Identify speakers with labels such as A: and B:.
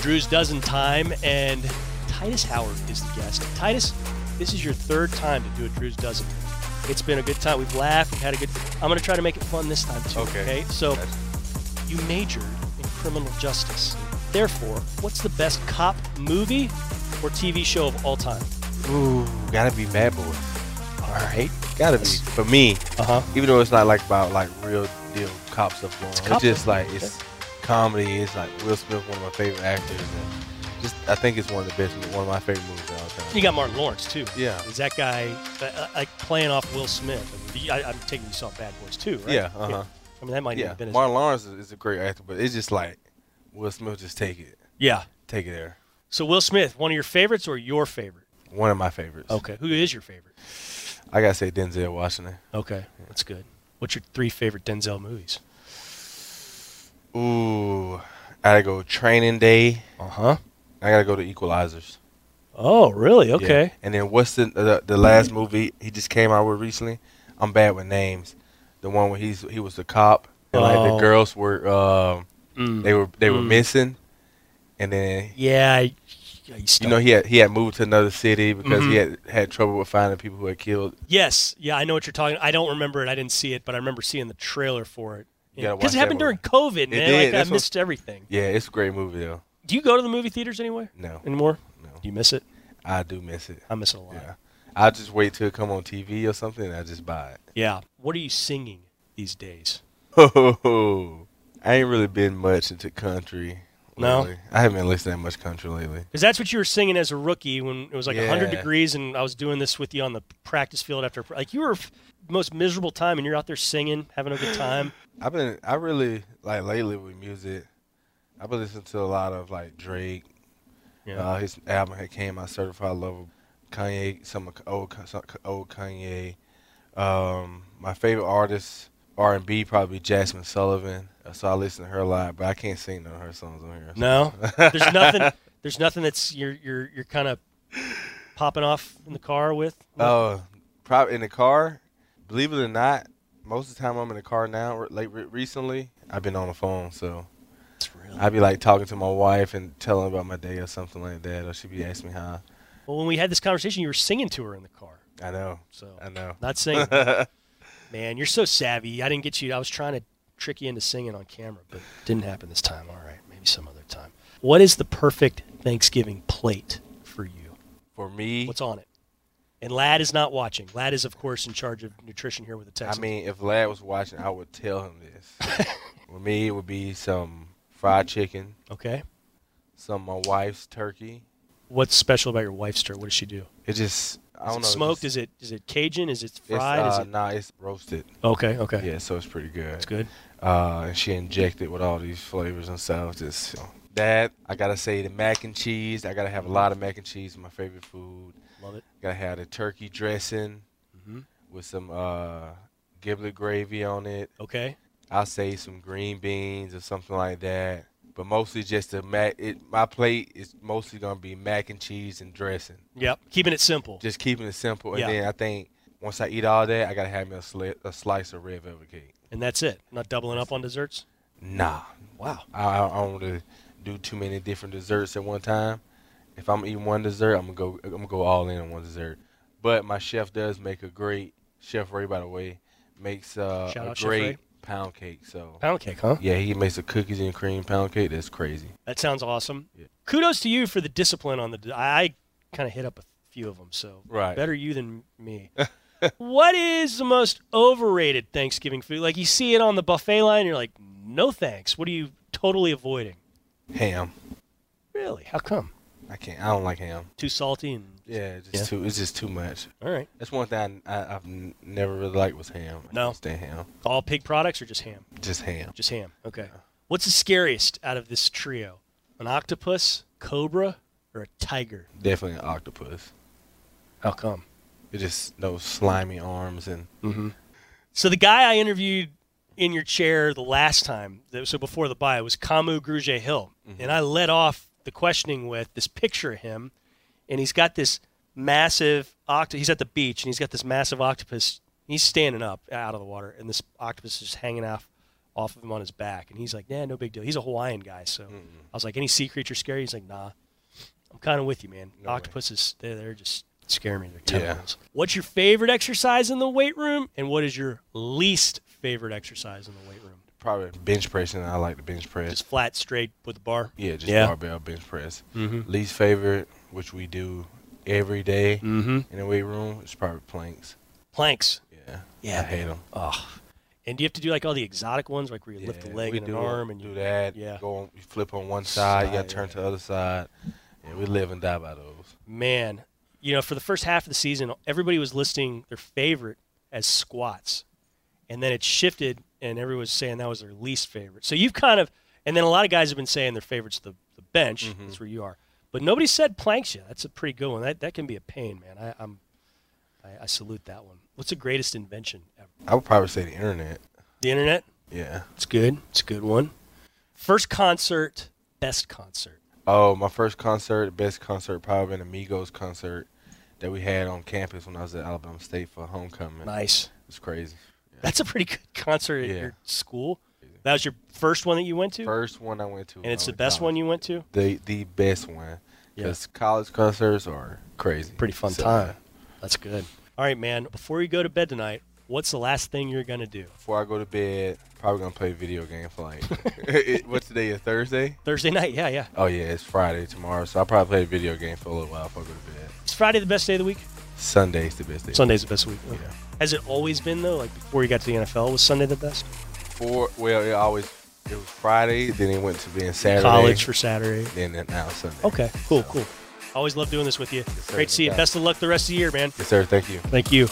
A: Drew's Dozen time, and Titus Howard is the guest. Titus, this is your third time to do a Drew's Dozen. It's been a good time. We've laughed. We've had a good. I'm going to try to make it fun this time too.
B: Okay.
A: So
B: That's-
A: you majored in criminal justice. Therefore, what's the best cop movie or TV show of all time?
B: Ooh, gotta be Mad Boys. All right, gotta be for me.
A: Uh huh.
B: Even though it's not like about like real deal cop stuff going on, it's,
A: cop
B: just
A: stuff,
B: like it's comedy. It's like Will Smith, one of my favorite actors, and just I think it's one of the best, one of my favorite movies of all time.
A: You got Martin Lawrence too.
B: Yeah.
A: Is that guy uh, uh, like playing off Will Smith? I mean, I, I'm taking you saw Bad Boys too, right?
B: Yeah, uh-huh.
A: I mean, that might
B: Yeah,
A: have been his.
B: Martin Lawrence is is a great actor, but it's just like Will Smith just take it,
A: yeah.
B: take it there.
A: So Will Smith, one of your favorites or your favorite?
B: One of my favorites.
A: Okay. Who is your favorite?
B: I gotta say Denzel Washington.
A: Okay, that's good. What's your three favorite Denzel movies?
B: Ooh, I gotta go Training Day.
A: Uh
B: Uh-huh.
A: huh.
B: I gotta go to Equalizers.
A: Oh, really?
B: Yeah.
A: Okay.
B: And then what's the, the the last movie he just came out with recently? I'm bad with names. The one where he's he was the cop and like
A: Oh.
B: the girls were um
A: Mm.
B: they were they were
A: Mm.
B: missing, and then
A: yeah. I- yeah, you
B: you know he had he had moved to another city because he had
A: Mhm.
B: had trouble with finding people who had killed.
A: yes. Yeah, I know what you're talking. I don't remember it. I didn't see it, but I remember seeing the trailer for it.
B: You gotta
A: Because
B: watch
A: it
B: that
A: happened during
B: movie.
A: COVID, man.
B: It did,
A: Like,
B: that's
A: I
B: what-
A: missed everything.
B: Yeah, it's a great movie though.
A: Do you go to the movie theaters anywhere
B: No,
A: anymore?
B: no,
A: You miss it?
B: I do miss it.
A: I miss it a lot.
B: Yeah, I just wait till it come on TV or something. and I just buy it.
A: Yeah. What are you singing these days?
B: Oh, I ain't really been much into country.
A: No?
B: lately. I haven't been listening to much country lately.
A: Because that's what you were singing as a rookie when it was like 100
B: Yeah.
A: degrees, and I was doing this with you on the practice field after. Like you were f- most miserable time, and you're out there singing, having a good time.
B: I've been I really like lately with music. I've been listening to a lot of like Drake.
A: Yeah.
B: Uh, his album had came out, Certified Lover. Kanye, some of- old some old Kanye. Um, my favorite artist R and B probably Jasmine Sullivan. Uh, So I listen to her a lot, but I can't sing none of her songs on here.
A: no, there's nothing. There's nothing that's you're you're you're kind of popping off in the car with.
B: Uh, probably in the car. Believe it or not, most of the time I'm in the car now. Re- Like re- recently, I've been on the phone, so
A: It's really.
B: I'd be like talking to my wife and telling her about my day or something like that, or she'd be asking me how.
A: Well, when we had this conversation, you were singing to her in the car.
B: I know,
A: So
B: I know.
A: not singing. Man, you're so savvy. I didn't get you. I was trying to trick you into singing on camera, but didn't happen this time. All right, maybe some other time. What is the perfect Thanksgiving plate for you?
B: For me,
A: What's on it? And Lad is not watching. Lad is, of course, in charge of nutrition here with the
B: I
A: Texans.
B: mean, if Lad was watching, I would tell him this. For me, it would be some fried chicken,
A: okay.
B: some of my wife's turkey.
A: What's special about your wife's stir? What does she do?
B: It just, I
A: Is
B: don't
A: it
B: know.
A: smoked? Is
B: It's,
A: it is it Cajun? Is it
B: it's,
A: fried?
B: uh,
A: is it
B: Nah, it's roasted.
A: okay? Okay,
B: Yeah, so it's pretty good.
A: that's good.
B: uh, and she injected with all these flavors and stuff. Just you know. that I gotta say the mac and cheese. I gotta have a lot of mac and cheese. My favorite food.
A: Love it.
B: Gotta have the turkey dressing
A: hmm
B: with some uh, giblet gravy on it.
A: Okay.
B: I'll say some green beans or something like that. But mostly just the mac. It, my plate is mostly gonna be mac and cheese and dressing.
A: Yep. Keeping it simple.
B: Just keeping it simple. And
A: Yeah.
B: then I think once I eat all that, I gotta have me a, sli- a slice of red velvet cake.
A: and that's it. Not doubling up on desserts.
B: Nah,
A: Wow.
B: I, I don't want to do too many different desserts at one time. If I'm eating one dessert, I'm gonna go. I'm gonna go all in on one dessert. But my chef does make a great chef Ray, by the way, makes uh,
A: Shout out
B: a
A: Chef Ray.
B: great pound cake. So
A: Pound cake, huh?
B: yeah, he makes a cookies and cream pound cake. That's crazy.
A: That sounds awesome.
B: Yeah.
A: Kudos to you for the discipline on the. I, I kind of hit up a few of them, so
B: Right.
A: better you than me. what is the most overrated Thanksgiving food? Like you see it on the buffet line, you're like, no thanks. What are you totally avoiding?
B: Ham.
A: Really? How come?
B: I can't. I don't like ham.
A: Too salty and
B: Yeah, it's just
A: Yeah.
B: too. It's just too much.
A: all right.
B: That's one thing I, I, I've n- never really liked was ham. I
A: No.
B: can't stand ham.
A: All pig products or just ham?
B: Just ham.
A: Just ham. Okay. What's the scariest out of this trio? An octopus, cobra, or a tiger?
B: Definitely an octopus.
A: How come?
B: It just those slimy arms and
A: Mm-hmm. So the guy I interviewed in your chair the last time, that- so before the buy, was Kamu Grugier Hill,
B: Mm-hmm.
A: and I led off the questioning with this picture of him, and he's got this massive octopus. He's at the beach, and he's got this massive octopus. He's standing up out of the water, and this octopus is hanging off off of him on his back, and he's like, "Nah, no big deal." He's a Hawaiian guy, so
B: Mm-hmm.
A: I was like, "Any sea creature scary?" He's like, "Nah." I'm kind of with you, man.
B: No way.
A: Octopuses, they they're just scare me. They're
B: Yeah.
A: tentacles. What's your favorite exercise in the weight room, and what is your least favorite exercise in the weight room?
B: Probably bench pressing. I like the bench press.
A: Just flat, straight with the bar.
B: yeah, just
A: yeah.
B: barbell bench press.
A: Mm-hmm.
B: Least favorite, which we do every day
A: Mm-hmm.
B: in the weight room, is probably planks.
A: Planks.
B: Yeah.
A: Yeah.
B: I hate them.
A: Oh. And do you have to do like all the exotic ones, like where you lift a leg
B: Ah. we
A: and an
B: do,
A: arm and
B: do
A: you
B: that.
A: Yeah.
B: Go on, you flip on one side, you got
A: Side,
B: to turn
A: yeah.
B: to the other side. Yeah, we live and die by those.
A: Man, you know, for the first half of the season, everybody was listing their favorite as squats, and then it shifted, and everyone was saying that was their least favorite. So you've kind of, and then a lot of guys have been saying their favorites the the bench.
B: Mhm.
A: That's where you are, but nobody said planks yet. That's a pretty good one. That that can be a pain, man. I, I'm, I, I salute that one. What's the greatest invention ever?
B: I would probably say the internet.
A: The internet.
B: Yeah.
A: It's good. It's a good one. First concert, best concert.
B: Oh, my first concert, best concert, probably been Amigos concert that we had on campus when I was at Alabama State for homecoming.
A: Nice.
B: It's crazy.
A: That's a pretty good concert at
B: Yeah.
A: your school. That was your first one that you went to,
B: First one oh I went to,
A: and it's the best one you went to.
B: the the best one.
A: Yeah.
B: Because college concerts are crazy.
A: Pretty fun
B: So,
A: time. That's good. All right, man. Before you go to bed tonight, what's the last thing you're gonna do?
B: Before I go to bed, probably gonna play video game for like it, what's today? A Thursday?
A: Thursday night. Yeah, yeah.
B: Oh yeah, it's Friday tomorrow, so I'll probably play a video game for a little while before I go to bed.
A: Is Friday the best day of the week?
B: Sunday's the best day.
A: Sunday's the best week.
B: Yeah.
A: Has it always been though? Like before you got to the NFL, was Sunday the best?
B: Four. Well, it always it was Friday, then it went to being Saturday,
A: College for Saturday.
B: then it- now it's Sunday.
A: Okay. Cool. Cool. Always love doing this with you.
B: sir.
A: Great to see you.
B: Yeah.
A: Best of luck the rest of the year, man.
B: Yes, sir. Thank you.
A: Thank you.